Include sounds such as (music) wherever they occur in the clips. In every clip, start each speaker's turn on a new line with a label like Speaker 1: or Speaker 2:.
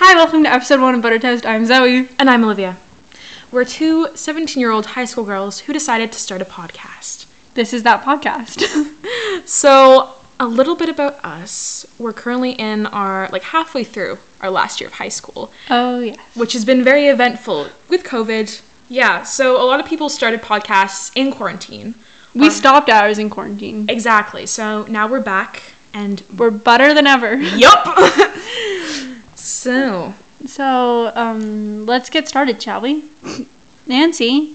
Speaker 1: welcome to episode one of Butter Toast. I'm Zoe.
Speaker 2: And I'm Olivia. We're two 17 year old high school girls who decided to start a podcast.
Speaker 1: This is that podcast.
Speaker 2: So, a little bit about us. We're currently in our, like, halfway through our last year of high school,
Speaker 1: (laughs) oh, yes.
Speaker 2: which has been very eventful with COVID. Yeah, so a lot of people started podcasts in quarantine.
Speaker 1: We stopped ours in quarantine.
Speaker 2: Exactly. So now we're back and.
Speaker 1: We're butter than ever.
Speaker 2: Yup! (laughs) so,
Speaker 1: (laughs) So, um, let's get started, shall we? (laughs) Nancy,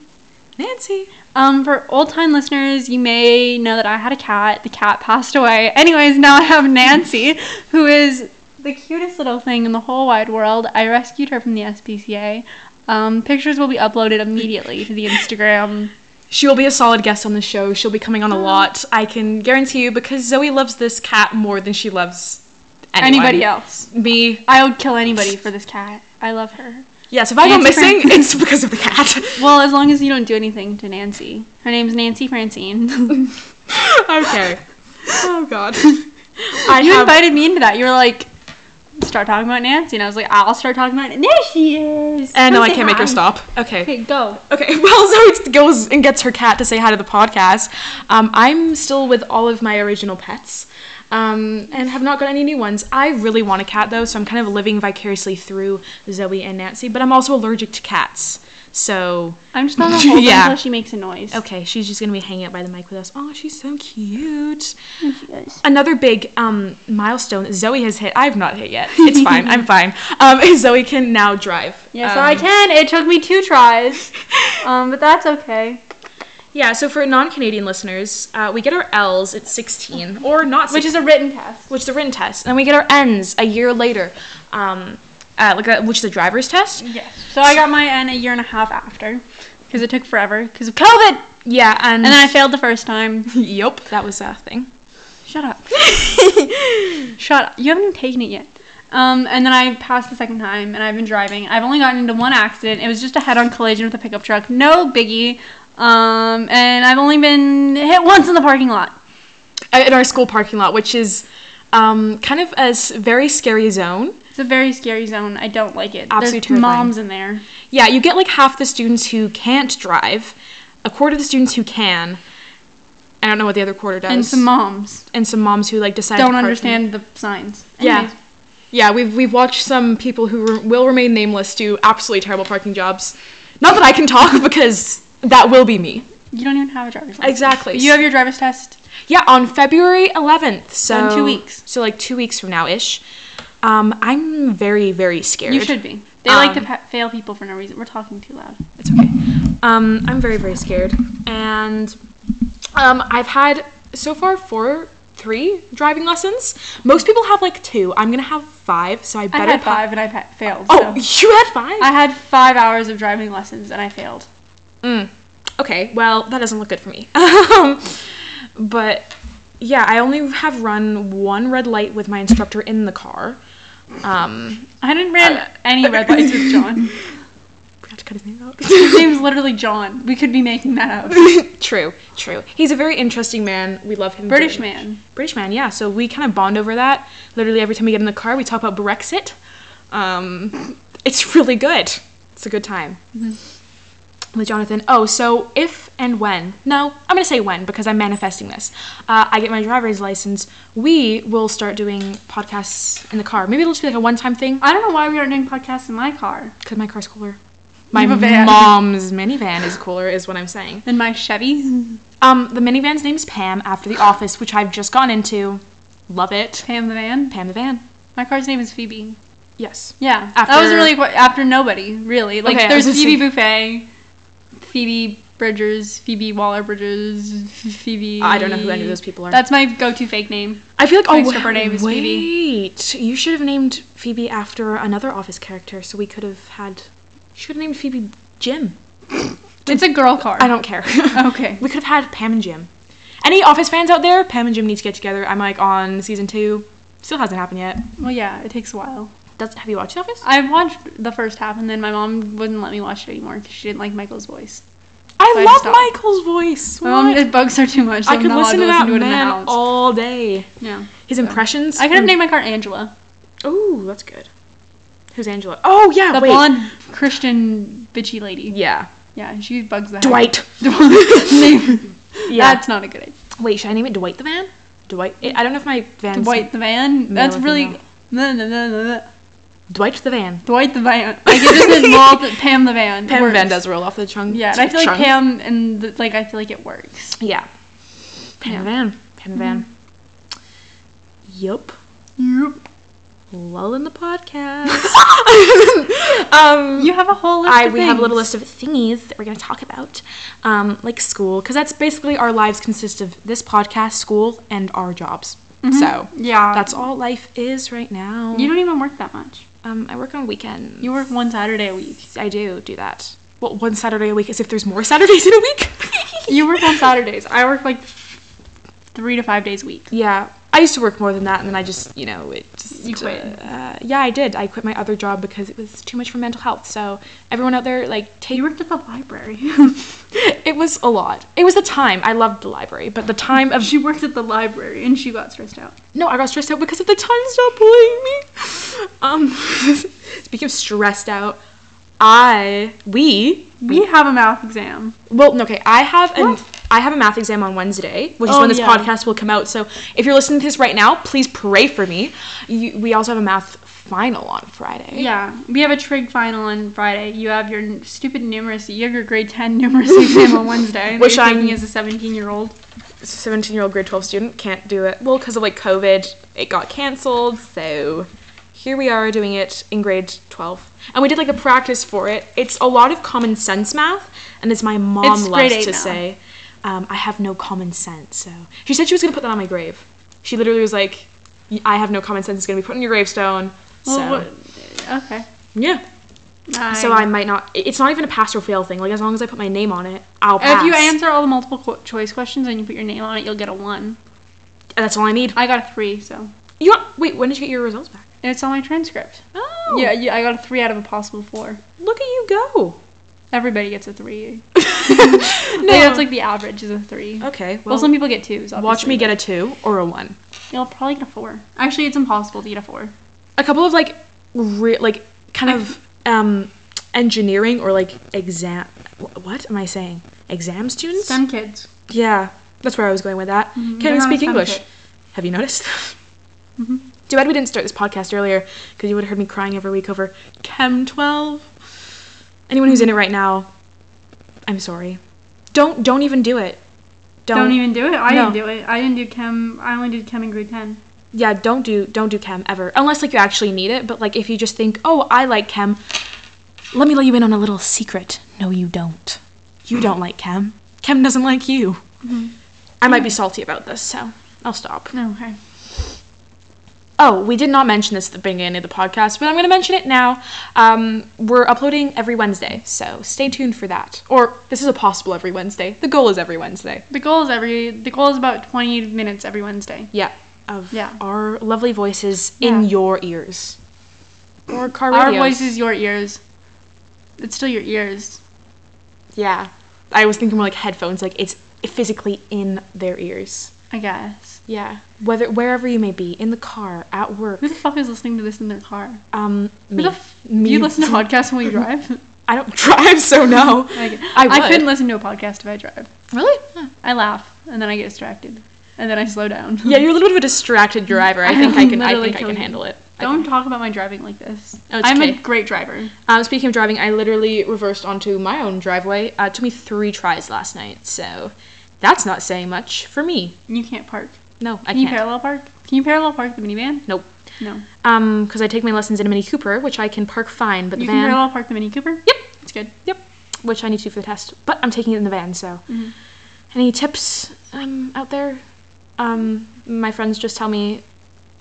Speaker 2: Nancy.
Speaker 1: um, for old time listeners, you may know that I had a cat. The cat passed away. Anyways, now I have (laughs) Nancy, who is the cutest little thing in the whole wide world. I rescued her from the SPCA. Um, pictures will be uploaded immediately to the Instagram.
Speaker 2: She will be a solid guest on the show. She'll be coming on a lot. I can guarantee you because Zoe loves this cat more than she loves anyone.
Speaker 1: Anybody else?
Speaker 2: Me.
Speaker 1: I would kill anybody for this cat. I love her.
Speaker 2: Yes, if I go
Speaker 1: Nancy Fran-
Speaker 2: missing, it's because of the cat.
Speaker 1: Well, as long as you don't do anything to Nancy. Her name's Nancy (laughs) Francine.
Speaker 2: (laughs) okay. (laughs) Oh god. I
Speaker 1: you
Speaker 2: have
Speaker 1: invited me into that. You were like, start talking about Nancy. And I was like, I'll start talking about Nancy. There she is.
Speaker 2: and no,
Speaker 1: Come
Speaker 2: I
Speaker 1: say
Speaker 2: can't make
Speaker 1: hi.
Speaker 2: her stop. Okay.
Speaker 1: Okay, go.
Speaker 2: Okay. (laughs) Well, Zoe goes and gets her cat to say hi to the podcast. Um, I'm still with all of my original pets. Um, and have not got any new ones. I really want a cat though, so I'm kind of living vicariously through Zoe and Nancy, but I'm also allergic to cats. So
Speaker 1: I'm just (laughs) on the hold
Speaker 2: Yeah.
Speaker 1: until she makes a noise.
Speaker 2: Okay, she's just gonna be hanging out by the mic with us. Oh, she's so cute.
Speaker 1: There she is.
Speaker 2: Another big um, milestone that Zoe has hit. I've not hit yet.
Speaker 1: (laughs)
Speaker 2: It's fine. I'm fine. Um, (laughs) is Zoe can now drive.
Speaker 1: Yes,
Speaker 2: Um,
Speaker 1: I can. It took me two tries. um, but that's okay.
Speaker 2: Yeah. So for non-Canadian listeners, uh, we get our L's at 16 or not,
Speaker 1: Which is a written test.
Speaker 2: which is the written test, and we get our N's a year later, um, uh, like a, which is the driver's test.
Speaker 1: Yes. So I got my N a year and a half after. Because it took forever. Because of COVID.
Speaker 2: Yeah, and,
Speaker 1: And then I failed the first time.
Speaker 2: (laughs) Yup, that was a thing.
Speaker 1: Shut up. (laughs) Shut up. You haven't even taken it yet. Um, and then I passed the second time, and I've been driving. I've only gotten into one accident. It was just a head-on collision with a pickup truck. No biggie. Um, and I've only been hit once in the parking lot.
Speaker 2: Uh, in our school parking lot, which is um, kind of a s- very scary zone.
Speaker 1: It's a very scary zone. I don't like it.
Speaker 2: Absolutely
Speaker 1: There's
Speaker 2: terrifying.
Speaker 1: moms in there.
Speaker 2: Yeah, you get like half the students who can't drive, a quarter of the students who can. I don't know what the other quarter does.
Speaker 1: And some moms
Speaker 2: and some moms who like decide to
Speaker 1: don't
Speaker 2: park-
Speaker 1: understand the signs.
Speaker 2: Yeah.
Speaker 1: Anyways,
Speaker 2: Yeah, we've we've watched some people who re- will remain nameless do absolutely terrible parking jobs. Not that I can talk (laughs) because that will be me.
Speaker 1: You don't even have a driver's license.
Speaker 2: Exactly.
Speaker 1: You have your driver's test.
Speaker 2: Yeah, on February 11th. So
Speaker 1: in two weeks.
Speaker 2: So like 2 weeks from now ish. Um I'm very very scared.
Speaker 1: You should be. They like to
Speaker 2: Um,
Speaker 1: pa- fail people for no reason. We're talking too loud.
Speaker 2: It's okay. Um, I'm very, very scared. And um, I've had so far four, three driving lessons. Most people have like two. I'm gonna have five, so I
Speaker 1: I
Speaker 2: better.
Speaker 1: had
Speaker 2: pa-
Speaker 1: five, and I pa- failed.
Speaker 2: Oh,
Speaker 1: so.
Speaker 2: you had five.
Speaker 1: I had five hours of driving lessons and I failed.
Speaker 2: mm. Okay, well that doesn't look good for me. (laughs) um, but yeah, I only have run one red light with my instructor in the car. Um,
Speaker 1: I hadn't ran
Speaker 2: (laughs)
Speaker 1: any red lights with John.
Speaker 2: we have to cut his name out. (laughs)
Speaker 1: His name's literally John. We could be making that up.
Speaker 2: true, true. He's a very interesting man. We love him.
Speaker 1: British
Speaker 2: very much.
Speaker 1: man.
Speaker 2: British man, yeah. So we kind of bond over that. Literally every time we get in the car, we talk about Brexit. Um, it's really good. It's a good time. With Jonathan. Oh, so if and when. No, I'm going to say when because I'm manifesting this. Uh, I get my driver's license. We will start doing podcasts in the car. Maybe it'll just be like a one time thing
Speaker 1: I don't know why we aren't doing podcasts in my car.
Speaker 2: because my car's cooler. My
Speaker 1: have a van.
Speaker 2: mom's minivan is cooler, is what I'm saying.
Speaker 1: In my Chevy.
Speaker 2: Um, the minivan's name is Pam after the office, which I've just gone into. Love it.
Speaker 1: Pam the van.
Speaker 2: Pam the van.
Speaker 1: My car's name is Phoebe.
Speaker 2: Yes.
Speaker 1: Yeah. that was
Speaker 2: After-
Speaker 1: really quite after nobody, really. Like
Speaker 2: Okay, I
Speaker 1: there's
Speaker 2: was just
Speaker 1: Phoebe Buffet, Phoebe Bridgers, Phoebe Waller Bridges, Phoebe
Speaker 2: I don't know who any of those people are.
Speaker 1: That's my go to fake name.
Speaker 2: I feel like
Speaker 1: My
Speaker 2: oh
Speaker 1: stripper name is
Speaker 2: wait,
Speaker 1: Phoebe.
Speaker 2: you should have named Phoebe after another office character, so we could have had. You should have named Phoebe Jim.
Speaker 1: It's a girl car.
Speaker 2: I don't care. (laughs)
Speaker 1: Okay.
Speaker 2: we could have had Pam and Jim. Any office fans out there? Pam and Jim need to get together. I'm like on season two. Still hasn't happened yet.
Speaker 1: Well yeah, it takes a while.
Speaker 2: Does have you watched The Office?
Speaker 1: I watched the first half, and then my mom wouldn't let me watch it anymore because she didn't like Michael's voice.
Speaker 2: I
Speaker 1: so I
Speaker 2: love
Speaker 1: just stopped.
Speaker 2: Michael's voice.
Speaker 1: My mom,
Speaker 2: What?
Speaker 1: it bugs her too much. So
Speaker 2: I
Speaker 1: I'm
Speaker 2: could
Speaker 1: not allowed
Speaker 2: listen to that
Speaker 1: listen to it in the
Speaker 2: man
Speaker 1: house.
Speaker 2: all day.
Speaker 1: yeah.
Speaker 2: His impressions.
Speaker 1: I could have named my car Angela.
Speaker 2: Oh, that's good. Who's Angela? Oh yeah,
Speaker 1: The
Speaker 2: wait.
Speaker 1: blonde Christian bitchy lady.
Speaker 2: Yeah,
Speaker 1: Yeah, she bugs that.
Speaker 2: Dwight.
Speaker 1: (laughs) Name.
Speaker 2: (laughs) Yeah.
Speaker 1: That's not a good idea.
Speaker 2: Wait, should I name it Dwight the Van? Dwight. I don't know if my van's
Speaker 1: Dwight the van. That's
Speaker 2: if you
Speaker 1: really. (laughs)
Speaker 2: know.
Speaker 1: No, no, no, no, no.
Speaker 2: Dwight the Van.
Speaker 1: Dwight the van. Like it just
Speaker 2: (laughs)
Speaker 1: said Walt, Pam the van.
Speaker 2: Pam
Speaker 1: Works.
Speaker 2: Van does roll off the trunk.
Speaker 1: Yeah, and I feel like
Speaker 2: trunk.
Speaker 1: Pam and the, like I feel like it works.
Speaker 2: Yeah. Mm-hmm. Pam
Speaker 1: Yeah.
Speaker 2: Van. Pam Van. Yup. Lull in the podcast. (laughs) um,
Speaker 1: You have a whole list.
Speaker 2: I
Speaker 1: of
Speaker 2: we have a little
Speaker 1: things.
Speaker 2: list of thingies that we're gonna talk about, um, like school, because that's basically our lives consist of this podcast, school, and our jobs. So
Speaker 1: Yeah,
Speaker 2: that's all life is right now.
Speaker 1: You don't even work that much.
Speaker 2: um, I work on weekends.
Speaker 1: You work one Saturday a week.
Speaker 2: I do do that. Well, one Saturday a week, as if there's more (laughs) Saturdays in a week.
Speaker 1: You work on Saturdays. I work like three to five days a week.
Speaker 2: (laughs) Yeah, I used to work more than that, and then I just, you know, it just.
Speaker 1: You quit.
Speaker 2: Uh, yeah, I did. I quit my other job because it was too much for mental health. So everyone out there, like, take.
Speaker 1: You worked at the library.
Speaker 2: (laughs) it was a lot. It was the time. I loved the library, but the time
Speaker 1: (laughs)
Speaker 2: of
Speaker 1: she worked at the library and she got stressed out.
Speaker 2: No, I got stressed out because of the time stop playing me. (laughs) Um, (laughs) speaking of stressed out, I we
Speaker 1: We have a math exam.
Speaker 2: well no, okay I have an
Speaker 1: What?
Speaker 2: I have a math exam on Wednesday, which is
Speaker 1: Oh,
Speaker 2: when this
Speaker 1: yeah.
Speaker 2: podcast will come out. So if you're listening to this right now, please pray for me. You, we also have a math final on Friday.
Speaker 1: Yeah, we have a trig final on Friday. You have your n- stupid numeracy. You have your grade ten numeracy exam on (laughs) Wednesday,
Speaker 2: Which
Speaker 1: which I'm taking
Speaker 2: I'm-
Speaker 1: as a seventeen-year-old.
Speaker 2: 17 year old grade 12 student can't do it. Well, because of like COVID, it got canceled. So here we are doing it in grade 12. And we did like a practice for it. It's a lot of common sense math. And as my mom
Speaker 1: It's grade
Speaker 2: loves
Speaker 1: eight
Speaker 2: to
Speaker 1: now.
Speaker 2: say, um, I have no common sense. So she said she was going to put that on my grave. She literally was like, "Y- I have no common sense. It's going to be put on your gravestone. So,
Speaker 1: Well, what- okay.
Speaker 2: yeah. So I might not, it- it's not even a pass or fail thing. Like, as long as I put my name on it, I'll pass.
Speaker 1: If you answer all the multiple qu- choice questions and you put your name on it, you'll get a one.
Speaker 2: And that's all I need.
Speaker 1: I got a three, so
Speaker 2: You got, wait, when did you get your results back?
Speaker 1: it's on my transcript.
Speaker 2: Oh.
Speaker 1: Yeah, yeah, I got a three out of a possible four.
Speaker 2: Look at you (laughs) go.
Speaker 1: Everybody gets a three.
Speaker 2: No.
Speaker 1: Like, that's like the average is a three.
Speaker 2: okay. Well,
Speaker 1: Well, some people Oh. get twos. Obviously.
Speaker 2: watch me get a two or a one.
Speaker 1: You'll probably get a four. Actually, it's impossible to get a four.
Speaker 2: A couple of like, re- like kind of um, engineering or like exam. wh- What am I saying? Exam students.
Speaker 1: STEM kids.
Speaker 2: yeah, that's where I was going with that.
Speaker 1: They're
Speaker 2: Can't even
Speaker 1: not
Speaker 2: speak
Speaker 1: a
Speaker 2: English.
Speaker 1: template.
Speaker 2: Have you noticed? Too bad we didn't start this podcast earlier because you would have heard me crying every week over Chem 12. Anyone who's in it right now, I'm sorry. Don't don't even do it. Don't,
Speaker 1: Don't even do it. I
Speaker 2: No.
Speaker 1: didn't do it. I didn't do chem. I only did chem in grade ten.
Speaker 2: yeah don't do don't do chem ever unless like you actually need it but like if you just think oh i like chem let me let you in on a little secret no you don't you don't like chem chem doesn't like you
Speaker 1: Mm-hmm.
Speaker 2: i might be salty about this so i'll stop
Speaker 1: Okay.
Speaker 2: oh we did not mention this at the beginning of the podcast but i'm going to mention it now um, we're uploading every wednesday so stay tuned for that or this is a possible every wednesday the goal is every wednesday
Speaker 1: The goal is every. The goal is about twenty minutes every Wednesday.
Speaker 2: yeah of
Speaker 1: Yeah.
Speaker 2: our lovely voices in
Speaker 1: Yeah.
Speaker 2: your ears or car
Speaker 1: Our
Speaker 2: radios.
Speaker 1: voices, your ears. It's still your ears.
Speaker 2: Yeah. I was thinking more like headphones, like it's physically in their ears.
Speaker 1: I guess.
Speaker 2: Yeah. Whether wherever you may be, in the car, at work,
Speaker 1: Who the fuck is listening to this in their car?
Speaker 2: um,
Speaker 1: Who
Speaker 2: me.
Speaker 1: the f- you listen to podcasts (laughs) when we drive?
Speaker 2: I don't (laughs) drive, so no.
Speaker 1: (laughs) Like,
Speaker 2: I
Speaker 1: I,
Speaker 2: would.
Speaker 1: couldn't listen to a podcast if I drive.
Speaker 2: Really?
Speaker 1: I laugh and then I get distracted and then I slow down.
Speaker 2: Yeah, you're a little bit of a distracted driver.
Speaker 1: (laughs)
Speaker 2: I think I can. I
Speaker 1: Literally
Speaker 2: think I can
Speaker 1: killing-
Speaker 2: handle it. I
Speaker 1: Don't talk about my driving like this.
Speaker 2: Oh, it's
Speaker 1: I'm
Speaker 2: okay.
Speaker 1: a great driver.
Speaker 2: Um, speaking of driving, I literally reversed onto my own driveway. Uh, it took me three tries last night, so that's not saying much for me.
Speaker 1: You can't park.
Speaker 2: No, I
Speaker 1: Can you
Speaker 2: can't.
Speaker 1: parallel park? Can you parallel park the minivan?
Speaker 2: Nope.
Speaker 1: No. You
Speaker 2: Um, because I take my lessons in a Mini Cooper, which I can park fine, but the
Speaker 1: can
Speaker 2: van.
Speaker 1: parallel park the Mini Cooper?
Speaker 2: Yep.
Speaker 1: It's good.
Speaker 2: Yep. Which I need to do for the test, but I'm taking it in the van. So, any tips um, out there? Um, my friends just tell me,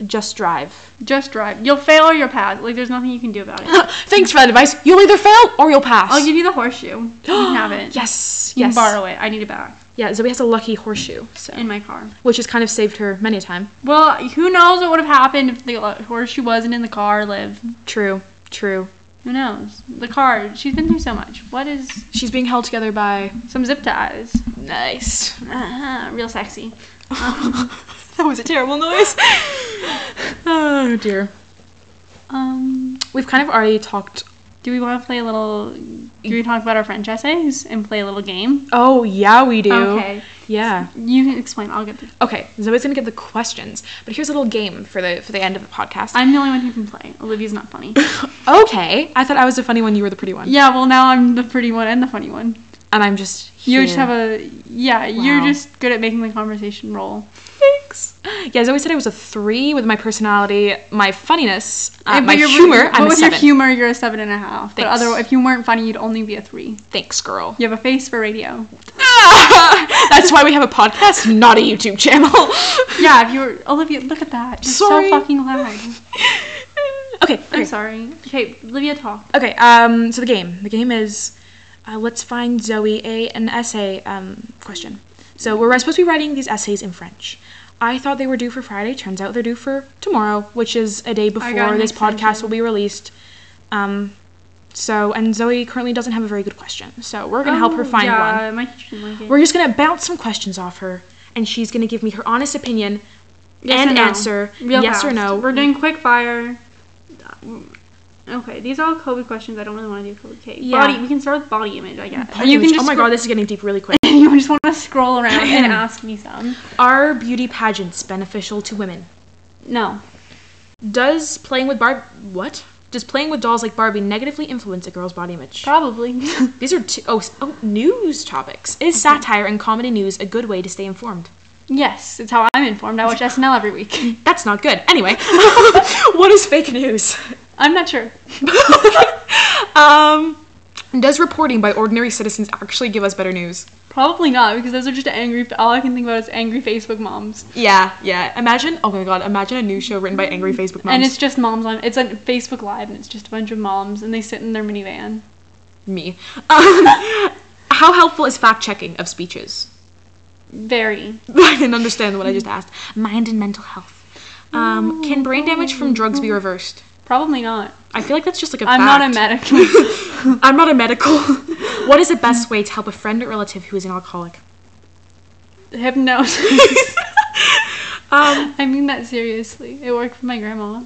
Speaker 2: just drive.
Speaker 1: Just drive. You'll fail or you'll pass. Like, there's nothing you can do about
Speaker 2: (gasps)
Speaker 1: it.
Speaker 2: (laughs) Thanks for that advice. You'll either fail or you'll pass. (gasps)
Speaker 1: I'll give you the horseshoe. You can have it.
Speaker 2: Oh, yes.
Speaker 1: You
Speaker 2: Yes.
Speaker 1: can borrow it. I need it back
Speaker 2: Yeah. Zoe has a lucky horseshoe, so
Speaker 1: in my car.
Speaker 2: which has kind of saved her many a time.
Speaker 1: Well, who knows what would have happened if the uh, horseshoe wasn't in the car, Liv?
Speaker 2: True. True.
Speaker 1: Who knows? The car. She's been through so much. What is
Speaker 2: She's being held together by
Speaker 1: some zip ties?
Speaker 2: nice. (laughs)
Speaker 1: Uh-huh, real sexy.
Speaker 2: (laughs) that was a terrible noise. oh dear.
Speaker 1: Um,
Speaker 2: we've kind of already talked.
Speaker 1: Do we want to play a little? Do we talk about our French essays and play a little game?
Speaker 2: Oh yeah, we do. Yeah.
Speaker 1: You can explain. I'll get. The,
Speaker 2: Okay. Zoe's gonna get the questions, but here's a little game for the for the end of the podcast.
Speaker 1: I'm the only one who can play. Olivia's not funny. (laughs)
Speaker 2: okay. I thought I was the funny one. You were the pretty one.
Speaker 1: yeah. Well, now I'm the pretty one and the funny one.
Speaker 2: And I'm just.
Speaker 1: You
Speaker 2: here.
Speaker 1: just have a yeah. You're
Speaker 2: Wow.
Speaker 1: just good at making the conversation roll.
Speaker 2: Thanks. Yeah, Zoe said I was a three with my personality, my funniness, uh,
Speaker 1: But
Speaker 2: my
Speaker 1: you're-
Speaker 2: humor.
Speaker 1: But
Speaker 2: I'm a
Speaker 1: with
Speaker 2: seven.
Speaker 1: your humor, you're a seven and a half. But
Speaker 2: Thanks.
Speaker 1: other, if you weren't funny, you'd only be a three.
Speaker 2: Thanks, girl. (laughs)
Speaker 1: You have a face for radio.
Speaker 2: That's why we have a podcast, not a YouTube channel. (laughs)
Speaker 1: Yeah, if you were Olivia, look at that. You're
Speaker 2: Sorry.
Speaker 1: so fucking
Speaker 2: (laughs)
Speaker 1: loud.
Speaker 2: okay.
Speaker 1: I'm
Speaker 2: okay.
Speaker 1: sorry. Okay, Olivia, talk.
Speaker 2: Okay, um, so the game. The game is uh, let's find Zoe a an essay um, question. So we're supposed to be writing these essays in French. I thought they were due for Friday. Turns out they're due for tomorrow, which is a day before
Speaker 1: an
Speaker 2: this podcast
Speaker 1: extension.
Speaker 2: will be released. Um, so and Zoe currently doesn't have a very good question. So we're gonna help her find one.
Speaker 1: Oh, yeah, My teacher didn't like it.
Speaker 2: We're just gonna bounce some questions off her, and she's gonna give me her honest opinion
Speaker 1: Yes
Speaker 2: and
Speaker 1: or no?
Speaker 2: answer
Speaker 1: Real
Speaker 2: yes or
Speaker 1: fast.
Speaker 2: no.
Speaker 1: We're doing quick fire. Okay, these are all COVID questions. I don't really want to do COVID. Okay,
Speaker 2: Yeah.
Speaker 1: body. We can start with body image. I guess.
Speaker 2: Body image- oh
Speaker 1: (laughs)
Speaker 2: my god, this is getting deep really quick.
Speaker 1: you just want to scroll around and (laughs) ask me some.
Speaker 2: Are beauty pageants beneficial to women?
Speaker 1: No.
Speaker 2: Does playing with Barb what? Does playing with dolls like Barbie negatively influence a girl's body image?
Speaker 1: Probably. (laughs)
Speaker 2: These are two oh s- oh, news topics. Is satire and comedy news a good way to stay informed?
Speaker 1: yes, it's how I'm informed. I watch SNL every week. (laughs)
Speaker 2: That's not good. Anyway, (laughs) what is fake news?
Speaker 1: I'm not sure.
Speaker 2: Um, does reporting by ordinary citizens actually give us better news?
Speaker 1: Probably not because those are just angry. All I can think about is angry Facebook moms,
Speaker 2: Yeah, yeah. Imagine, oh my god, imagine a news show written by angry Facebook moms.
Speaker 1: and it's just moms on. It's on Facebook Live, and it's just a bunch of moms, and they sit in their minivan.
Speaker 2: me. (laughs) Um, how helpful is fact checking of speeches?
Speaker 1: Very.
Speaker 2: (laughs) I didn't understand what I just asked. Mind and mental health. Um, can brain damage from drugs be reversed?
Speaker 1: Probably not.
Speaker 2: I feel like that's just like a
Speaker 1: I'm not a
Speaker 2: fact.
Speaker 1: medic.
Speaker 2: (laughs) I'm not
Speaker 1: (laughs)
Speaker 2: a medical. what is the best way to help a friend or relative who is an
Speaker 1: (laughs)
Speaker 2: alcoholic?
Speaker 1: Hypnosis.
Speaker 2: (laughs) Um, oh,
Speaker 1: I mean that seriously. It worked for my grandma.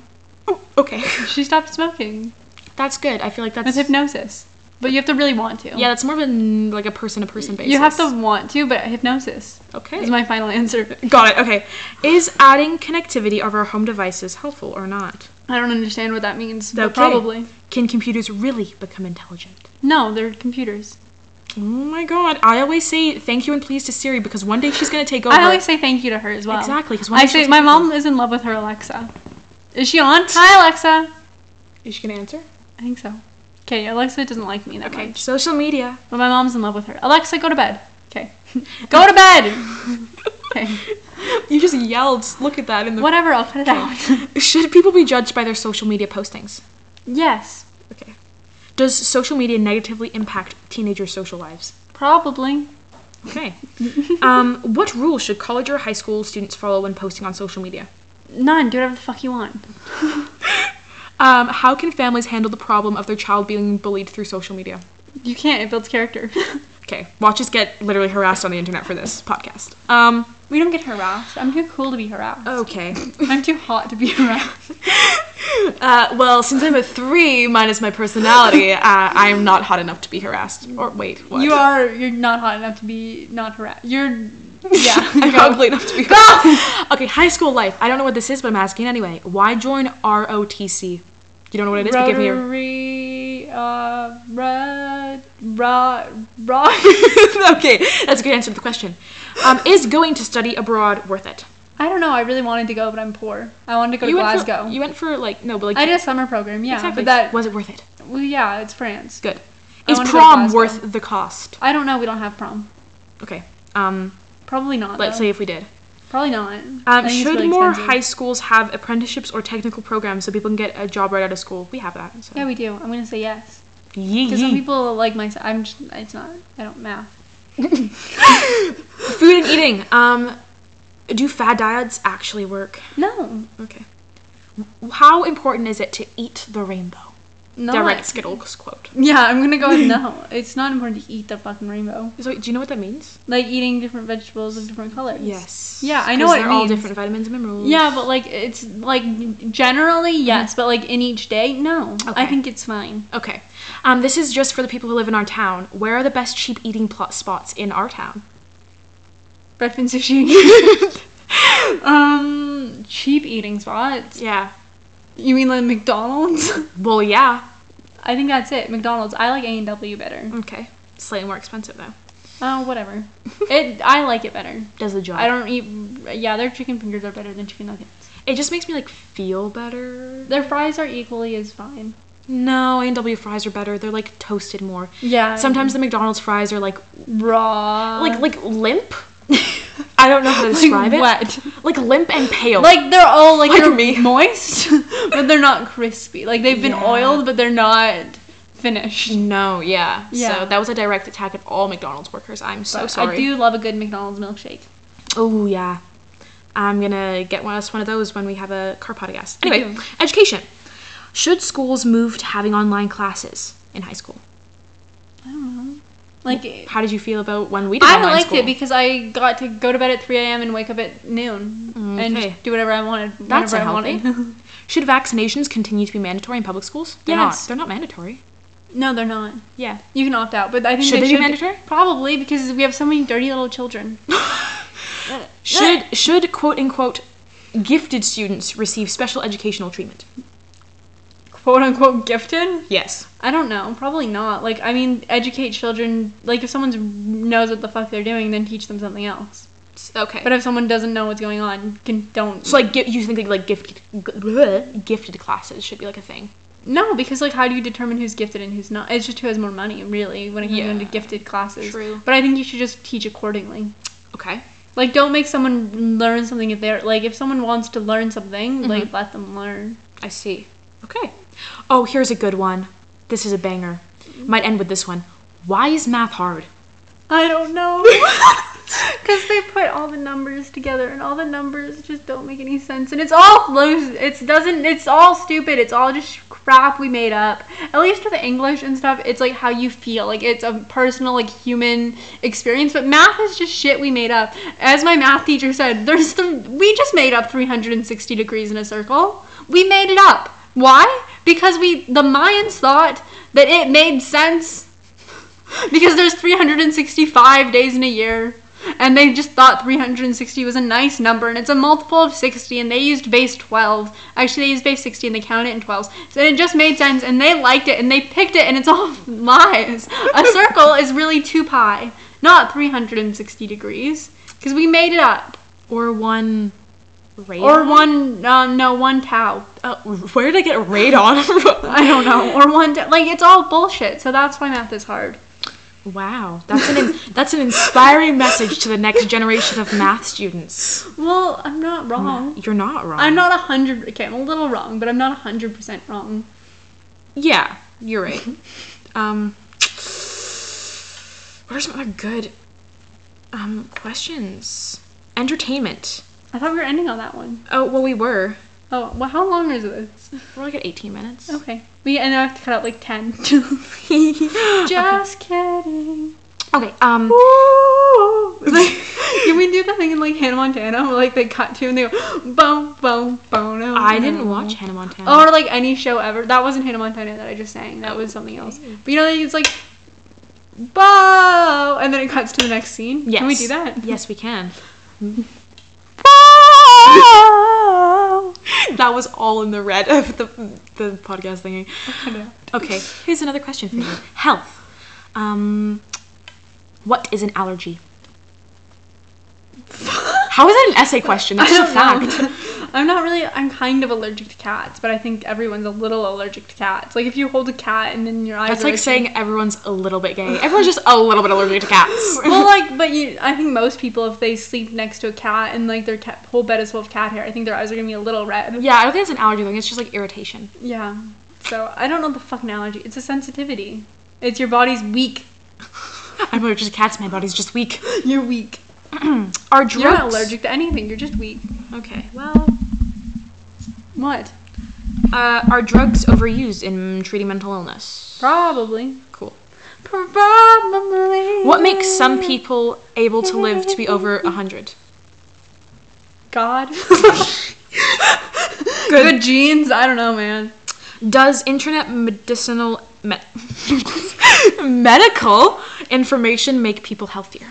Speaker 2: okay.
Speaker 1: She stopped smoking
Speaker 2: That's good. I feel like that's
Speaker 1: with hypnosis. But you have to really want to.
Speaker 2: yeah. That's more of an like a person to person basis.
Speaker 1: You have to want to, but hypnosis
Speaker 2: Okay.
Speaker 1: is my final (laughs) answer.
Speaker 2: Got it. Okay. Is adding connectivity of our home devices helpful or not?
Speaker 1: I don't understand what that means, but
Speaker 2: Okay.
Speaker 1: probably.
Speaker 2: Can computers really become intelligent?
Speaker 1: No, they're computers.
Speaker 2: Oh my god. I always say thank you and please to Siri because one day she's gonna take over.
Speaker 1: I always say thank you to her as well.
Speaker 2: Exactly, 'cause when
Speaker 1: I
Speaker 2: did she
Speaker 1: say
Speaker 2: take
Speaker 1: my
Speaker 2: over?
Speaker 1: mom is in love with her Alexa. Is she on? Hi Alexa.
Speaker 2: Is she gonna answer?
Speaker 1: I think so. Okay, Alexa doesn't like me that
Speaker 2: Okay.
Speaker 1: much,
Speaker 2: Social media.
Speaker 1: but my mom's in love with her. Alexa, go to bed. (laughs) Okay, go to bed. Okay.
Speaker 2: (laughs) You just yelled. Look at that in the. (laughs)
Speaker 1: Whatever, I'll cut it out. (laughs)
Speaker 2: Should people be judged by their social media postings?
Speaker 1: yes,
Speaker 2: Okay. Does social media negatively impact teenagers' social lives?
Speaker 1: probably. (laughs)
Speaker 2: Okay. um, what rules should college or high school students follow when posting on social media?
Speaker 1: None. Do whatever the fuck you want. (laughs)
Speaker 2: Um, how can families handle the problem of their child being bullied through social media?
Speaker 1: You can't. It builds character.
Speaker 2: Okay, watch us get literally harassed on the internet for this podcast. Um,
Speaker 1: (laughs) we don't get harassed. I'm too cool to be harassed.
Speaker 2: (laughs) okay.
Speaker 1: (laughs) I'm too hot to be harassed.
Speaker 2: Uh, well, since I'm a three minus my
Speaker 1: (laughs)
Speaker 2: personality, uh, I'm not hot enough to be harassed. Or wait, what? (laughs)
Speaker 1: You are. You're not hot enough to be not harassed. You're. (laughs) Yeah.
Speaker 2: I'm
Speaker 1: go.
Speaker 2: ugly enough to be
Speaker 1: Ah!
Speaker 2: harassed. okay, high school life. I don't know what this is, but I'm asking anyway. Why join ROTC? You don't know
Speaker 1: (laughs)
Speaker 2: what it is, but give me your.
Speaker 1: Rotary. Uh. Red. Ra. Ra. (laughs)
Speaker 2: (laughs) okay, that's a good answer to the question. Um, is going to study abroad worth it?
Speaker 1: I don't know. I really wanted to go, but I'm poor. I wanted to go to
Speaker 2: went
Speaker 1: Glasgow.
Speaker 2: For, you went for like no, but like
Speaker 1: I did a summer program. Yeah.
Speaker 2: exactly.
Speaker 1: But that.
Speaker 2: was it worth it?
Speaker 1: Well, yeah. It's France.
Speaker 2: Good.
Speaker 1: I wanna
Speaker 2: Is
Speaker 1: go to
Speaker 2: prom
Speaker 1: Glasgow.
Speaker 2: worth the cost?
Speaker 1: I don't know. We don't have prom.
Speaker 2: Okay. Um,
Speaker 1: Probably not.
Speaker 2: let's
Speaker 1: though.
Speaker 2: say if we did.
Speaker 1: Probably not. I
Speaker 2: Um,
Speaker 1: think it's
Speaker 2: should
Speaker 1: really
Speaker 2: more
Speaker 1: expensive.
Speaker 2: high schools have apprenticeships or technical programs so people can get a job right out of school? We have that. So.
Speaker 1: Yeah, we do. I'm gonna say yes.
Speaker 2: Yee
Speaker 1: Because some
Speaker 2: yee.
Speaker 1: people like my. I'm. Just, it's not. I don't math.
Speaker 2: Food and eating. Um, do fad diets actually work?
Speaker 1: No.
Speaker 2: Okay. How important is it to eat the rainbow?
Speaker 1: No.
Speaker 2: Direct Skittles quote.
Speaker 1: (laughs) Yeah, I'm gonna go
Speaker 2: (laughs)
Speaker 1: with no. It's not important to eat the fucking rainbow.
Speaker 2: So, do you know what that means?
Speaker 1: Like eating different vegetables of different colors.
Speaker 2: Yes.
Speaker 1: Yeah, I
Speaker 2: 'Cause
Speaker 1: know what it
Speaker 2: They're all
Speaker 1: means.
Speaker 2: different vitamins and minerals.
Speaker 1: Yeah, but like it's like generally yes, but like in each day, no. I
Speaker 2: Mm-hmm. Okay.
Speaker 1: think it's fine.
Speaker 2: Okay. Um, this is just for the people who live in our town. Where are the best sheep eating plot spots in our town?
Speaker 1: Breakfast sushi.
Speaker 2: (laughs)
Speaker 1: um, cheap eating spots.
Speaker 2: (laughs) Yeah.
Speaker 1: You mean like McDonald's? (laughs)
Speaker 2: Well, yeah.
Speaker 1: I think that's it. McDonald's. I like A and W better.
Speaker 2: Okay. Slightly more expensive though. (laughs)
Speaker 1: Oh, whatever. it. I like it better.
Speaker 2: Does the job.
Speaker 1: I don't eat. Yeah, their chicken fingers are better than chicken nuggets.
Speaker 2: It just makes me like feel better.
Speaker 1: Their fries are equally as fine.
Speaker 2: No, A and W fries are better. They're like toasted more.
Speaker 1: Yeah.
Speaker 2: Sometimes the McDonald's fries are like
Speaker 1: raw.
Speaker 2: like like limp.
Speaker 1: (laughs)
Speaker 2: I don't know how to
Speaker 1: Like
Speaker 2: describe it.
Speaker 1: wet.
Speaker 2: Like limp and pale.
Speaker 1: Like they're all like,
Speaker 2: Like
Speaker 1: they're
Speaker 2: me. (laughs)
Speaker 1: moist, but they're not crispy. Like they've been
Speaker 2: Yeah.
Speaker 1: oiled, but they're not finished.
Speaker 2: no, yeah.
Speaker 1: Yeah.
Speaker 2: So that was a direct attack at all McDonald's workers. I'm so
Speaker 1: But
Speaker 2: sorry.
Speaker 1: I do love a good McDonald's milkshake.
Speaker 2: Oh yeah, I'm gonna get one, us one of those when we have a car podcast.
Speaker 1: Me
Speaker 2: Anyway,
Speaker 1: too.
Speaker 2: education. Should schools move to having online classes in high school?
Speaker 1: I don't know. Like
Speaker 2: How did you feel about when we did
Speaker 1: I
Speaker 2: online
Speaker 1: liked
Speaker 2: school?
Speaker 1: it because I got to go to bed at 3 a.m. and wake up at noon and
Speaker 2: Okay.
Speaker 1: just do whatever I wanted. Whenever
Speaker 2: That's
Speaker 1: I
Speaker 2: unhealthy. (laughs)
Speaker 1: wanted.
Speaker 2: Should vaccinations continue to be mandatory in public schools? They're
Speaker 1: Yes.
Speaker 2: not. They're not mandatory.
Speaker 1: no, they're not.
Speaker 2: Yeah.
Speaker 1: You can opt out, but I think
Speaker 2: Should
Speaker 1: they
Speaker 2: they be mandatory?
Speaker 1: Probably because we have so many dirty little children.
Speaker 2: (laughs) Should should quote unquote gifted students receive special educational treatment?
Speaker 1: Quote unquote gifted?
Speaker 2: Yes.
Speaker 1: I don't know. Probably not. Like, I mean, educate children. Like, if someone knows what the fuck they're doing, then teach them something else.
Speaker 2: Okay.
Speaker 1: But if someone doesn't know what's going on, can don't.
Speaker 2: so like, gi- you think like gifted bleh, (laughs) gifted classes should be like a thing?
Speaker 1: No, because like, how do you determine who's gifted and who's not? It's just who has more money, really, when it comes
Speaker 2: Yeah.
Speaker 1: down to gifted classes.
Speaker 2: True.
Speaker 1: But I think you should just teach accordingly.
Speaker 2: Okay.
Speaker 1: Like, don't make someone learn something if they're like, if someone wants to learn something, like, let them learn.
Speaker 2: I see. Okay. Oh, here's a good one. This is a banger. Might end with this one. Why is math (laughs) hard?
Speaker 1: I don't know. (laughs) Because they put all the numbers together, and all the numbers just don't make any sense, and it's all loose. It's doesn't. It's all stupid. It's all just crap we made up. At least with English and stuff, it's like how you feel. Like it's a personal, like human experience. But math is just shit we made up. As my math teacher said, there's the we just made up 360 degrees in a circle. We made it up. Why? Because we the Mayans thought that it made sense because there's 365 days in a year and they just thought 360 was a nice number and it's a multiple of 60 and they used base 12 actually they used base 60 and they counted it in 12s so it just made sense and they liked it and they picked it and it's all (laughs) lies (laughs) a circle is really 2 pi not 360 degrees because we made it up
Speaker 2: Or one radon?
Speaker 1: or one um, no one tau
Speaker 2: Uh, where did I get radon
Speaker 1: (laughs)
Speaker 2: from?
Speaker 1: i don't know or one ta- like it's all bullshit so that's why math is hard
Speaker 2: Wow, that's an in- that's an inspiring message to the next generation of math students.
Speaker 1: well i'm not wrong
Speaker 2: You're not wrong.
Speaker 1: I'm not a hundred. Okay, I'm a little wrong, but I'm not a hundred percent wrong.
Speaker 2: Yeah, you're right. um, what are some other good um questions? Entertainment.
Speaker 1: I thought we were ending on that one.
Speaker 2: Oh well, we were.
Speaker 1: Oh, well, how long is this? (laughs)
Speaker 2: We're like at 18 minutes.
Speaker 1: Okay, we and I have to cut out like ten. (laughs) Just kidding.
Speaker 2: Okay. Um.
Speaker 1: It's like, can we do that thing in like Hannah Montana where like they cut to and they go boom, boom, boom? no,
Speaker 2: I
Speaker 1: no,
Speaker 2: didn't
Speaker 1: no.
Speaker 2: watch Hannah Montana.
Speaker 1: Or like any show ever. That wasn't Hannah Montana that I just sang. That was something else. But you know, it's like bow, and then it cuts to the next scene.
Speaker 2: yes.
Speaker 1: Can we do that?
Speaker 2: Yes,
Speaker 1: (laughs)
Speaker 2: we can.
Speaker 1: Bow.
Speaker 2: That was all in the red of the the podcast thingy. Okay. Here's another question for you. Health. Um. What is an allergy? How is that an essay question? (laughs) That's just a fact.
Speaker 1: know. (laughs) I'm not really. I'm kind of allergic to cats, but I think everyone's a little allergic to cats. Like if you hold a cat and then your eyes.
Speaker 2: That's
Speaker 1: are
Speaker 2: like
Speaker 1: itchy-
Speaker 2: saying everyone's a little bit gay. Everyone's just a little bit allergic to (laughs) cats.
Speaker 1: (laughs) Well, like, but you. I think most people, if they sleep next to a cat and like their cat, whole bed is full of cat hair, I think their eyes are gonna be a little red.
Speaker 2: yeah, I don't think it's an allergy thing. It's just like irritation.
Speaker 1: Yeah. So I don't know the fucking allergy. It's a sensitivity. It's your body's
Speaker 2: (gasps)
Speaker 1: weak.
Speaker 2: I'm allergic to cats. My body's just weak. (clears throat)
Speaker 1: You're weak.
Speaker 2: Are drugs?
Speaker 1: You're not allergic to anything. You're just weak.
Speaker 2: Okay. Well,
Speaker 1: What?
Speaker 2: Uh, are drugs overused in treating mental illness?
Speaker 1: Probably.
Speaker 2: Cool.
Speaker 1: Probably.
Speaker 2: What makes some people able to live to be over (laughs) 100? (laughs)
Speaker 1: God. Good genes? I don't know, man.
Speaker 2: Does internet medicinal me- (laughs) medical information make people healthier?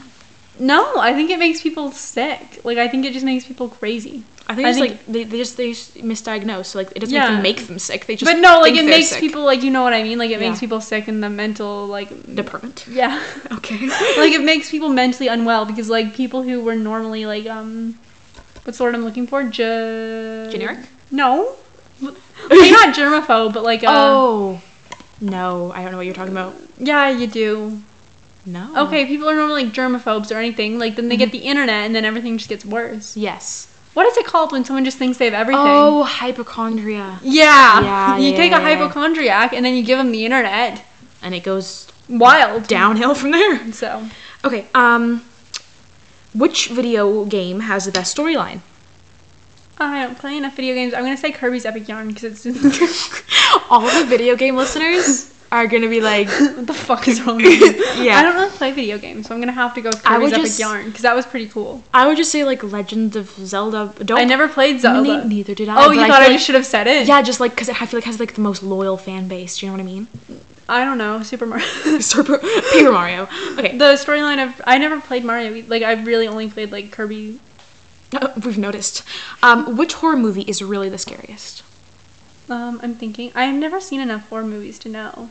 Speaker 1: No, I think it makes people sick. Like, I think it just makes people crazy.
Speaker 2: I think
Speaker 1: I
Speaker 2: it's
Speaker 1: think-
Speaker 2: like they, they just they just misdiagnose. So like it doesn't
Speaker 1: Yeah.
Speaker 2: even make them sick. They just
Speaker 1: But no, like,
Speaker 2: think
Speaker 1: it
Speaker 2: they're
Speaker 1: makes
Speaker 2: sick.
Speaker 1: people, like, you know what I mean? Like, it makes
Speaker 2: Yeah.
Speaker 1: people sick in the mental,
Speaker 2: (laughs)
Speaker 1: like,
Speaker 2: department.
Speaker 1: yeah.
Speaker 2: (laughs)
Speaker 1: (laughs)
Speaker 2: Okay.
Speaker 1: like, it makes people mentally unwell because, like, people who were normally, like, um, what's the word I'm looking for? Ge-
Speaker 2: Generic? (laughs)
Speaker 1: No. Like, not germaphobe, but, like, uh,
Speaker 2: oh no, I don't know what you're talking about.
Speaker 1: yeah, you do.
Speaker 2: No.
Speaker 1: Okay, people are normally like germaphobes or anything. Like then they
Speaker 2: Mm-hmm.
Speaker 1: get the internet and then everything just gets worse.
Speaker 2: Yes.
Speaker 1: What is it called when someone just thinks they have everything?
Speaker 2: Oh, hypochondria,
Speaker 1: yeah. (laughs)
Speaker 2: Yeah,
Speaker 1: you
Speaker 2: yeah,
Speaker 1: take
Speaker 2: yeah,
Speaker 1: a
Speaker 2: yeah.
Speaker 1: hypochondriac and then you give them the internet.
Speaker 2: and it goes
Speaker 1: Wild.
Speaker 2: downhill from there.
Speaker 1: So
Speaker 2: Okay. Um, which video game has the best storyline?
Speaker 1: I don't play enough video games. I'm gonna say Kirby's Epic Yarn because it's
Speaker 2: (laughs) All the video game listeners are gonna be like,
Speaker 1: what the fuck is wrong. with you?
Speaker 2: (laughs) Yeah.
Speaker 1: I don't really play video games, so I'm gonna have to go with
Speaker 2: I would
Speaker 1: Kirby's Epic
Speaker 2: just-
Speaker 1: Yarn because that was pretty cool.
Speaker 2: I would just say like Legend of Zelda. Don't.
Speaker 1: I never played Zelda.
Speaker 2: Ne- neither did I.
Speaker 1: oh,
Speaker 2: but
Speaker 1: you
Speaker 2: I
Speaker 1: thought I
Speaker 2: feel
Speaker 1: just should have said it?
Speaker 2: like- yeah, just like because I feel like it has like the most loyal fan base. Do you know what I mean? (laughs)
Speaker 1: I don't know. Super (laughs) Mario.
Speaker 2: Super Paper Mario. Okay,
Speaker 1: the storyline of I never played Mario. Like I really only played like Kirby.
Speaker 2: uh, (laughs) we've noticed. Um, which horror movie is really the scariest?
Speaker 1: Um, I'm thinking I have never seen enough horror movies to know.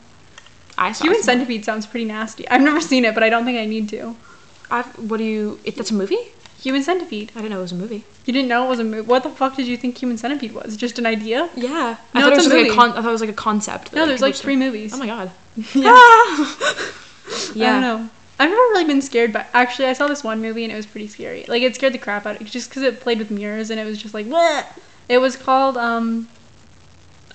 Speaker 2: I saw.
Speaker 1: Human
Speaker 2: some-
Speaker 1: Centipede sounds pretty nasty. I've never seen it, but I don't think I need to.
Speaker 2: I've, what do you? If that's a movie?
Speaker 1: Human Centipede.
Speaker 2: I didn't know it was a movie.
Speaker 1: You didn't know it was a movie. What the fuck did you think Human Centipede was? Just an idea?
Speaker 2: Yeah. I
Speaker 1: No,
Speaker 2: thought
Speaker 1: it's a
Speaker 2: it was just, like
Speaker 1: movie.
Speaker 2: a con- I thought it was like a concept. that,
Speaker 1: No, there's like
Speaker 2: people
Speaker 1: three movies.
Speaker 2: just- Oh my
Speaker 1: (laughs)
Speaker 2: god. (laughs)
Speaker 1: yeah. I don't know. I've never really been scared, but actually, I saw this one movie and it was pretty scary. Like it scared the crap out of just because it played with mirrors and it was just like what? It was called um,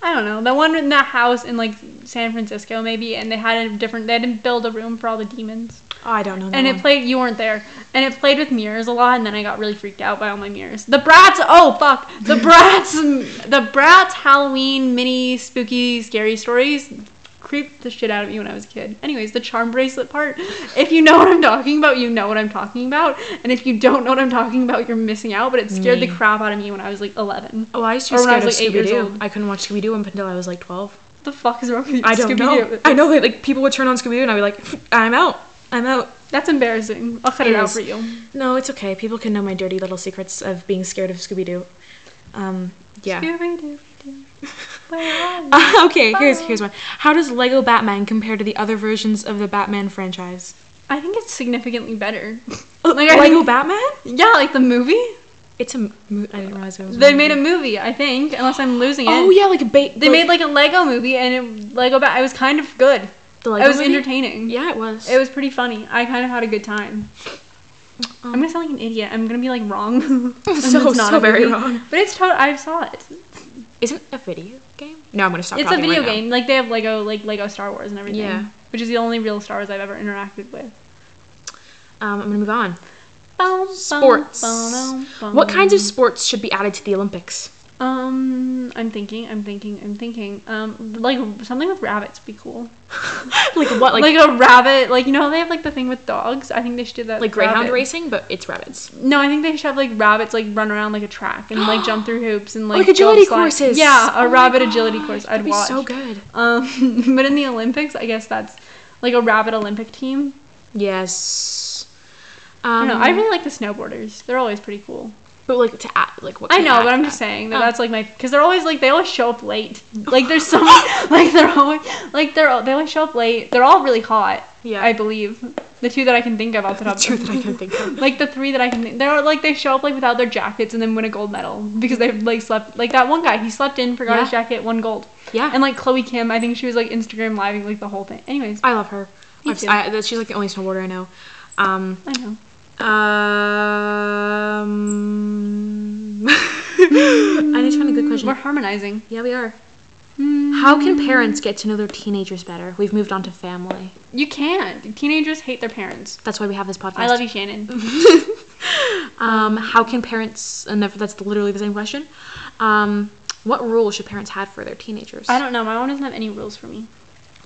Speaker 1: I don't know, the one in that house in like San Francisco maybe, and they had a different. They had to build a room for all the demons,
Speaker 2: Oh, I don't know. that
Speaker 1: and it
Speaker 2: one.
Speaker 1: played. You weren't there, and it played with mirrors a lot, and then I got really freaked out by all my mirrors. The brats. Oh fuck,
Speaker 2: (laughs)
Speaker 1: the brats. the brats Halloween mini spooky scary stories creeped the shit out of me when I was a kid. Anyways, the charm bracelet part. If you know what I'm talking about, you know what I'm talking about. And if you don't know what I'm talking about, you're missing out. But it scared the
Speaker 2: Me.
Speaker 1: crap out of me when I was like 11.
Speaker 2: Oh, I used to
Speaker 1: or
Speaker 2: be
Speaker 1: when I
Speaker 2: scared of
Speaker 1: was, like, eight
Speaker 2: Scooby
Speaker 1: years
Speaker 2: Doo.
Speaker 1: old.
Speaker 2: I couldn't watch Scooby Doo until I was like twelve.
Speaker 1: What the fuck is wrong with you?
Speaker 2: I don't know. (laughs)
Speaker 1: Scooby-Doo.
Speaker 2: I know that like people would turn on Scooby Doo and I'd be like, I'm out. I'm out.
Speaker 1: (laughs) That's embarrassing. I'll cut it,
Speaker 2: It
Speaker 1: out
Speaker 2: is.
Speaker 1: for you.
Speaker 2: No, it's okay. People can know my dirty little secrets of being scared of Scooby Doo. Um, (laughs) yeah.
Speaker 1: Scooby-Doo. doo. Where are you?
Speaker 2: okay, here's here's one. How does Lego Batman compare to the other versions of the Batman franchise?
Speaker 1: I think it's significantly
Speaker 2: (laughs)
Speaker 1: better.
Speaker 2: Oh, Like
Speaker 1: I
Speaker 2: Lego
Speaker 1: think-
Speaker 2: Batman?
Speaker 1: Yeah, like the movie.
Speaker 2: It's a. Mo- I didn't realize it was.
Speaker 1: They made a movie, I think, unless I'm losing it.
Speaker 2: Oh yeah, like a ba-
Speaker 1: They made like a Lego movie, and it, Lego. Bat. I was kind of good.
Speaker 2: the
Speaker 1: I was
Speaker 2: movie?
Speaker 1: entertaining.
Speaker 2: Yeah, it was. (laughs)
Speaker 1: It was pretty funny. I kind of had a good time. I'm gonna sound like an idiot. I'm gonna be like
Speaker 2: (laughs)
Speaker 1: wrong. And (laughs) it's
Speaker 2: Um. so
Speaker 1: not
Speaker 2: so
Speaker 1: a
Speaker 2: very
Speaker 1: movie.
Speaker 2: wrong.
Speaker 1: But it's total. I saw it.
Speaker 2: Isn't a video game? No, I'm gonna stop.
Speaker 1: it's a
Speaker 2: talking
Speaker 1: video
Speaker 2: right now.
Speaker 1: game. Like they have Lego, like Lego Star Wars and everything.
Speaker 2: Yeah.
Speaker 1: Which is the only real Star Wars I've ever interacted with.
Speaker 2: Um, I'm gonna move on.
Speaker 1: Bum, bum,
Speaker 2: Sports.
Speaker 1: bum, bum.
Speaker 2: What kinds of sports should be added to the Olympics? (laughs)
Speaker 1: Um, I'm thinking. I'm thinking. I'm thinking. Um, like something with rabbits would be cool.
Speaker 2: (laughs) like what? Like
Speaker 1: Like,
Speaker 2: like,
Speaker 1: a rabbit. Like you know how they have like the thing with dogs. I think they should do that. with
Speaker 2: greyhound
Speaker 1: rabbit.
Speaker 2: racing, but it's rabbits.
Speaker 1: No, I think they should have like rabbits like run around like a track and like jump through hoops
Speaker 2: (gasps)
Speaker 1: and like
Speaker 2: Oh, Like
Speaker 1: go
Speaker 2: agility
Speaker 1: slide-
Speaker 2: courses.
Speaker 1: Yeah,
Speaker 2: Oh
Speaker 1: a
Speaker 2: my
Speaker 1: rabbit agility
Speaker 2: God,
Speaker 1: course. I'd
Speaker 2: that'd be
Speaker 1: watch.
Speaker 2: so good.
Speaker 1: Um, (laughs) but in the Olympics, I guess that's like a rabbit Olympic team.
Speaker 2: Yes.
Speaker 1: I
Speaker 2: Um,
Speaker 1: don't know. I really like the snowboarders. They're always pretty cool.
Speaker 2: but like to add, like what?
Speaker 1: I
Speaker 2: can you
Speaker 1: know,
Speaker 2: add
Speaker 1: but
Speaker 2: to
Speaker 1: I'm
Speaker 2: that? (laughs)
Speaker 1: just saying that
Speaker 2: Oh.
Speaker 1: that's like my because they're always like they always show up
Speaker 2: (laughs)
Speaker 1: late. Like there's some (laughs) like they're always like they're al- they always show up late. They're all really hot.
Speaker 2: Yeah.
Speaker 1: I believe the two that I can think of off the top.
Speaker 2: the
Speaker 1: of-
Speaker 2: two that I can
Speaker 1: (laughs)
Speaker 2: think of.
Speaker 1: like the three that I can think they're like they show up like without their jackets and then win a gold medal because they like slept like that one guy he slept in forgot his
Speaker 2: Yeah.
Speaker 1: jacket won gold
Speaker 2: Yeah,
Speaker 1: and like Chloe Kim I think she was like Instagram living like the whole thing anyways I,
Speaker 2: I love her.
Speaker 1: Me
Speaker 2: I've-
Speaker 1: too.
Speaker 2: I- that- she's like the only snowboarder I know. Um,
Speaker 1: know
Speaker 2: um, (laughs) I need to find a good
Speaker 1: we're
Speaker 2: question.
Speaker 1: harmonizing
Speaker 2: Yeah, we are.
Speaker 1: Mm,
Speaker 2: How can parents get to know their teenagers better? We've moved on to family.
Speaker 1: you can't teenagers hate their parents
Speaker 2: That's why we have this podcast. (laughs)
Speaker 1: I love you Shannon
Speaker 2: uh, Um, how can parents? And that's literally the same question. Um, What rules should parents have for their teenagers?
Speaker 1: I don't know. My one doesn't have any rules for me.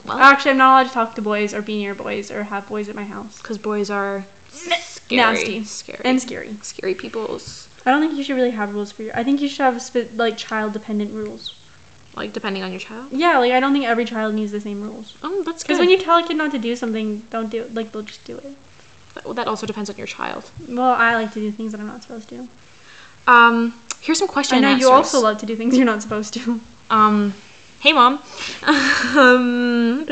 Speaker 2: Well,
Speaker 1: Actually, I'm not allowed to talk to boys or be near boys or have boys at my house.
Speaker 2: because boys are scary,
Speaker 1: Nasty.
Speaker 2: scary,
Speaker 1: And scary.
Speaker 2: scary people's
Speaker 1: I don't think you should really have rules for your. I think you should have spe- like child dependent rules.
Speaker 2: like depending on your child.
Speaker 1: Yeah, like I don't think every child needs the same rules.
Speaker 2: Oh, that's good.
Speaker 1: Because when you tell a kid not to do something, don't do it. Like they'll just do it.
Speaker 2: That- well, that also depends on your child.
Speaker 1: Well, I like to do things that I'm not supposed to.
Speaker 2: Um, here's some question.
Speaker 1: I know
Speaker 2: and
Speaker 1: you
Speaker 2: answers.
Speaker 1: also love to do things (laughs) you're not supposed to.
Speaker 2: Um, hey mom. um,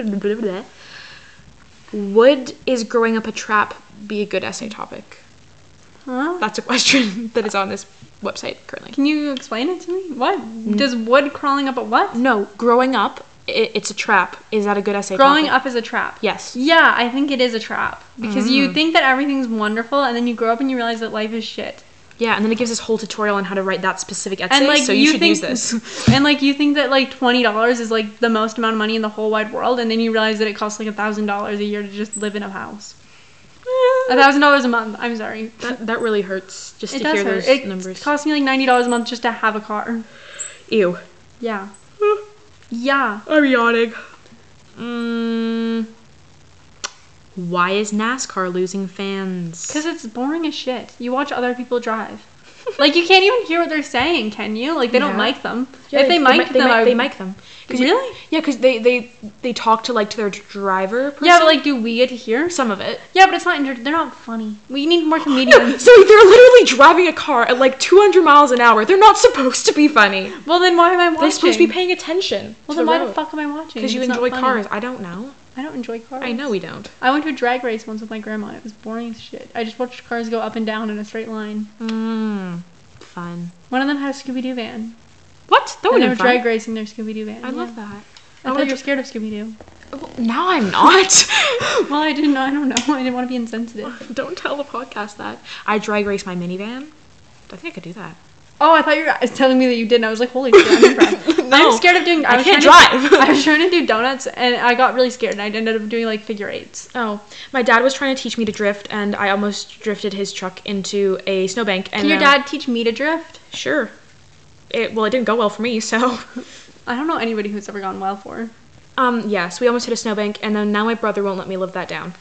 Speaker 2: would is growing up a trap be a good essay topic?
Speaker 1: Huh?
Speaker 2: That's a question (laughs) that is on this website currently.
Speaker 1: Can you explain it to me? What
Speaker 2: Mm.
Speaker 1: does wood crawling up a what?
Speaker 2: No, growing up, i it's a trap. Is that a good essay?
Speaker 1: Growing
Speaker 2: topic?
Speaker 1: up is a trap.
Speaker 2: Yes.
Speaker 1: Yeah, I think it is a trap because
Speaker 2: Mm.
Speaker 1: you think that everything's wonderful, and then you grow up and you realize that life is shit.
Speaker 2: Yeah, and then it gives this whole tutorial on how to write that specific essay.
Speaker 1: And like
Speaker 2: so you, should
Speaker 1: think,
Speaker 2: use
Speaker 1: (laughs)
Speaker 2: this.
Speaker 1: and like you think that like twenty dollars is like the most amount of money in the whole wide world, and then you realize that it costs like a thousand dollars a year to just live in a house. A thousand dollars a month. I'm sorry.
Speaker 2: that, that really hurts just
Speaker 1: It
Speaker 2: to
Speaker 1: does
Speaker 2: hear
Speaker 1: hurt.
Speaker 2: those
Speaker 1: It
Speaker 2: numbers.
Speaker 1: costs me like ninety dollars a month just to have a car.
Speaker 2: Ew.
Speaker 1: Yeah. Yeah.
Speaker 2: I'm yawning. Mm, why is NASCAR losing fans?
Speaker 1: Because it's boring as shit. You watch other people drive.
Speaker 2: (laughs)
Speaker 1: like, you can't even hear what they're saying, can you? Like, they don't
Speaker 2: Yeah.
Speaker 1: mic them.
Speaker 2: Yeah,
Speaker 1: if they, mic
Speaker 2: mi-
Speaker 1: them,
Speaker 2: mi-
Speaker 1: I would...
Speaker 2: they mic them. 'Cause you-
Speaker 1: Really?
Speaker 2: yeah, because they, they they talk to like to their driver. Person.
Speaker 1: Yeah, but, like, do we get to hear?
Speaker 2: some of it.
Speaker 1: Yeah, but it's not... Inter- they're not funny. We need more
Speaker 2: No,
Speaker 1: comedians.
Speaker 2: (laughs) so they're literally driving a car at like 200 miles an hour. They're not supposed to be funny.
Speaker 1: well, then why am I watching?
Speaker 2: They're supposed to be paying attention.
Speaker 1: Well, then why the fuck am I watching?
Speaker 2: Because you
Speaker 1: It's not
Speaker 2: enjoy
Speaker 1: funny.
Speaker 2: cars. I don't know.
Speaker 1: I don't enjoy cars.
Speaker 2: I know we don't.
Speaker 1: I went to a drag race once with my grandma. and It was boring as shit. I just watched cars go up and down in a straight line. Mm.
Speaker 2: Mmm. Fun.
Speaker 1: One of them had a Scooby-Doo van.
Speaker 2: What? That would
Speaker 1: and they
Speaker 2: have
Speaker 1: were
Speaker 2: fun.
Speaker 1: drag racing their Scooby-Doo van.
Speaker 2: Oh, I
Speaker 1: yeah.
Speaker 2: love that.
Speaker 1: I
Speaker 2: I
Speaker 1: thought
Speaker 2: wanna
Speaker 1: you were scared of Scooby-Doo.
Speaker 2: Well, Now I'm not. (laughs)
Speaker 1: Well, I didn't. I don't know. (laughs) I didn't want to be insensitive.
Speaker 2: Don't tell the podcast that. I drag race my minivan. I think I could do (laughs) that.
Speaker 1: Oh, I thought you were (laughs) telling me that you didn't. I was like, holy shit, I'm (laughs) impressed.
Speaker 2: No.
Speaker 1: I'm scared of doing. I,
Speaker 2: (laughs) I
Speaker 1: was
Speaker 2: can't
Speaker 1: trying to-
Speaker 2: drive.
Speaker 1: (laughs) I was trying to do donuts, and I got really scared, and I ended up doing like figure eights.
Speaker 2: Oh, my dad was trying to teach me to drift, and I almost drifted his truck into a snowbank. And
Speaker 1: Can your
Speaker 2: um,
Speaker 1: dad teach me to drift?
Speaker 2: Sure. It well, it didn't go well for me. So, (laughs)
Speaker 1: I don't know anybody who's ever gone well for.
Speaker 2: um, yes, we almost hit a snowbank, and then now my brother won't let me live that down.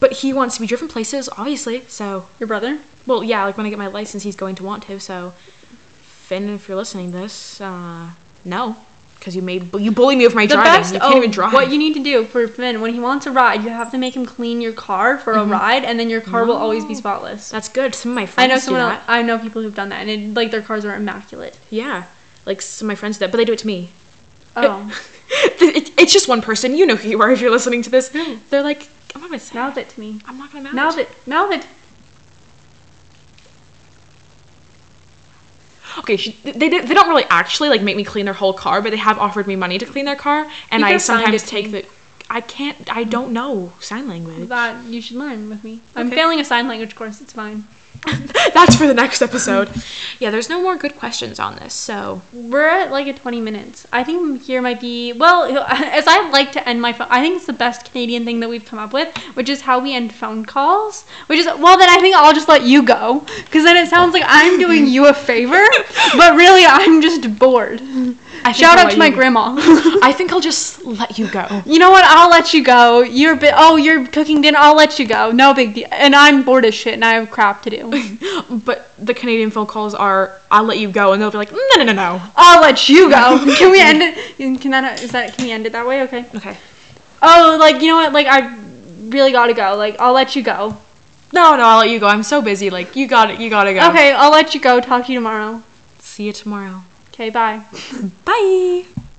Speaker 2: But he wants to be driven places, obviously. So,
Speaker 1: Your brother?
Speaker 2: well, yeah, like when I get my license, he's going to want to. So, Finn, if you're listening to this, uh, no, because you made you bully me over my driving. you can't
Speaker 1: oh,
Speaker 2: even drive.
Speaker 1: What you need to do for Finn when he wants a ride, you have to make him clean your car for a ride, and then your car will always be spotless.
Speaker 2: That's good. Some of my friends
Speaker 1: Mm-hmm. I know
Speaker 2: do
Speaker 1: someone.
Speaker 2: that.
Speaker 1: Else, I know people who've done that, and it, like their cars are immaculate.
Speaker 2: Yeah, like some of my friends do that, but they do it to me. (laughs)
Speaker 1: Oh,
Speaker 2: It- it's just one person. You know who you are if you're listening to this. They're like, I'm not gonna say.
Speaker 1: mouth it to me.
Speaker 2: I'm not gonna mouth.
Speaker 1: Mouth it. Mouth it.
Speaker 2: Okay, she, they they don't really actually like make me clean their whole car, but they have offered me money to clean their car, and
Speaker 1: You
Speaker 2: I
Speaker 1: could've signed
Speaker 2: sometimes
Speaker 1: it to
Speaker 2: take
Speaker 1: me.
Speaker 2: the. I can't. I don't know sign language.
Speaker 1: that you should learn with me. I'm
Speaker 2: Okay.
Speaker 1: failing a sign language course. It's fine.
Speaker 2: (laughs) That's for the next episode. yeah, there's no more good questions on this, so
Speaker 1: We're at like a 20 minutes. I think here might be well, (laughs) as I like to end my phone. I think it's the best Canadian thing that we've come up with, which is how we end phone calls. Which is well, then I think I'll just let you go because then it sounds like I'm doing you a
Speaker 2: (laughs)
Speaker 1: favor, but really I'm just bored.
Speaker 2: I think
Speaker 1: Shout out
Speaker 2: I'll let
Speaker 1: to my
Speaker 2: you-
Speaker 1: grandma.
Speaker 2: (laughs) I think I'll just let you go.
Speaker 1: (laughs)
Speaker 2: (laughs)
Speaker 1: You know what? I'll let you go. You're bi- oh, you're cooking dinner. I'll let you go. No big deal. And I'm bored as shit, and I have crap to do.
Speaker 2: But the Canadian phone calls are, I'll let you go, and they'll be like, no, no, no, no.
Speaker 1: I'll let you go. Can we end it? Can that is that? Can we end it that way? Okay.
Speaker 2: Okay.
Speaker 1: Oh, like you know what? Like I really gotta go. Like I'll let you go.
Speaker 2: No, no, I'll let you go. I'm so busy. Like, you got it. You gotta go.
Speaker 1: Okay, I'll let you go. Talk to you tomorrow. (laughs)
Speaker 2: See you tomorrow.
Speaker 1: Okay, bye.
Speaker 2: Bye.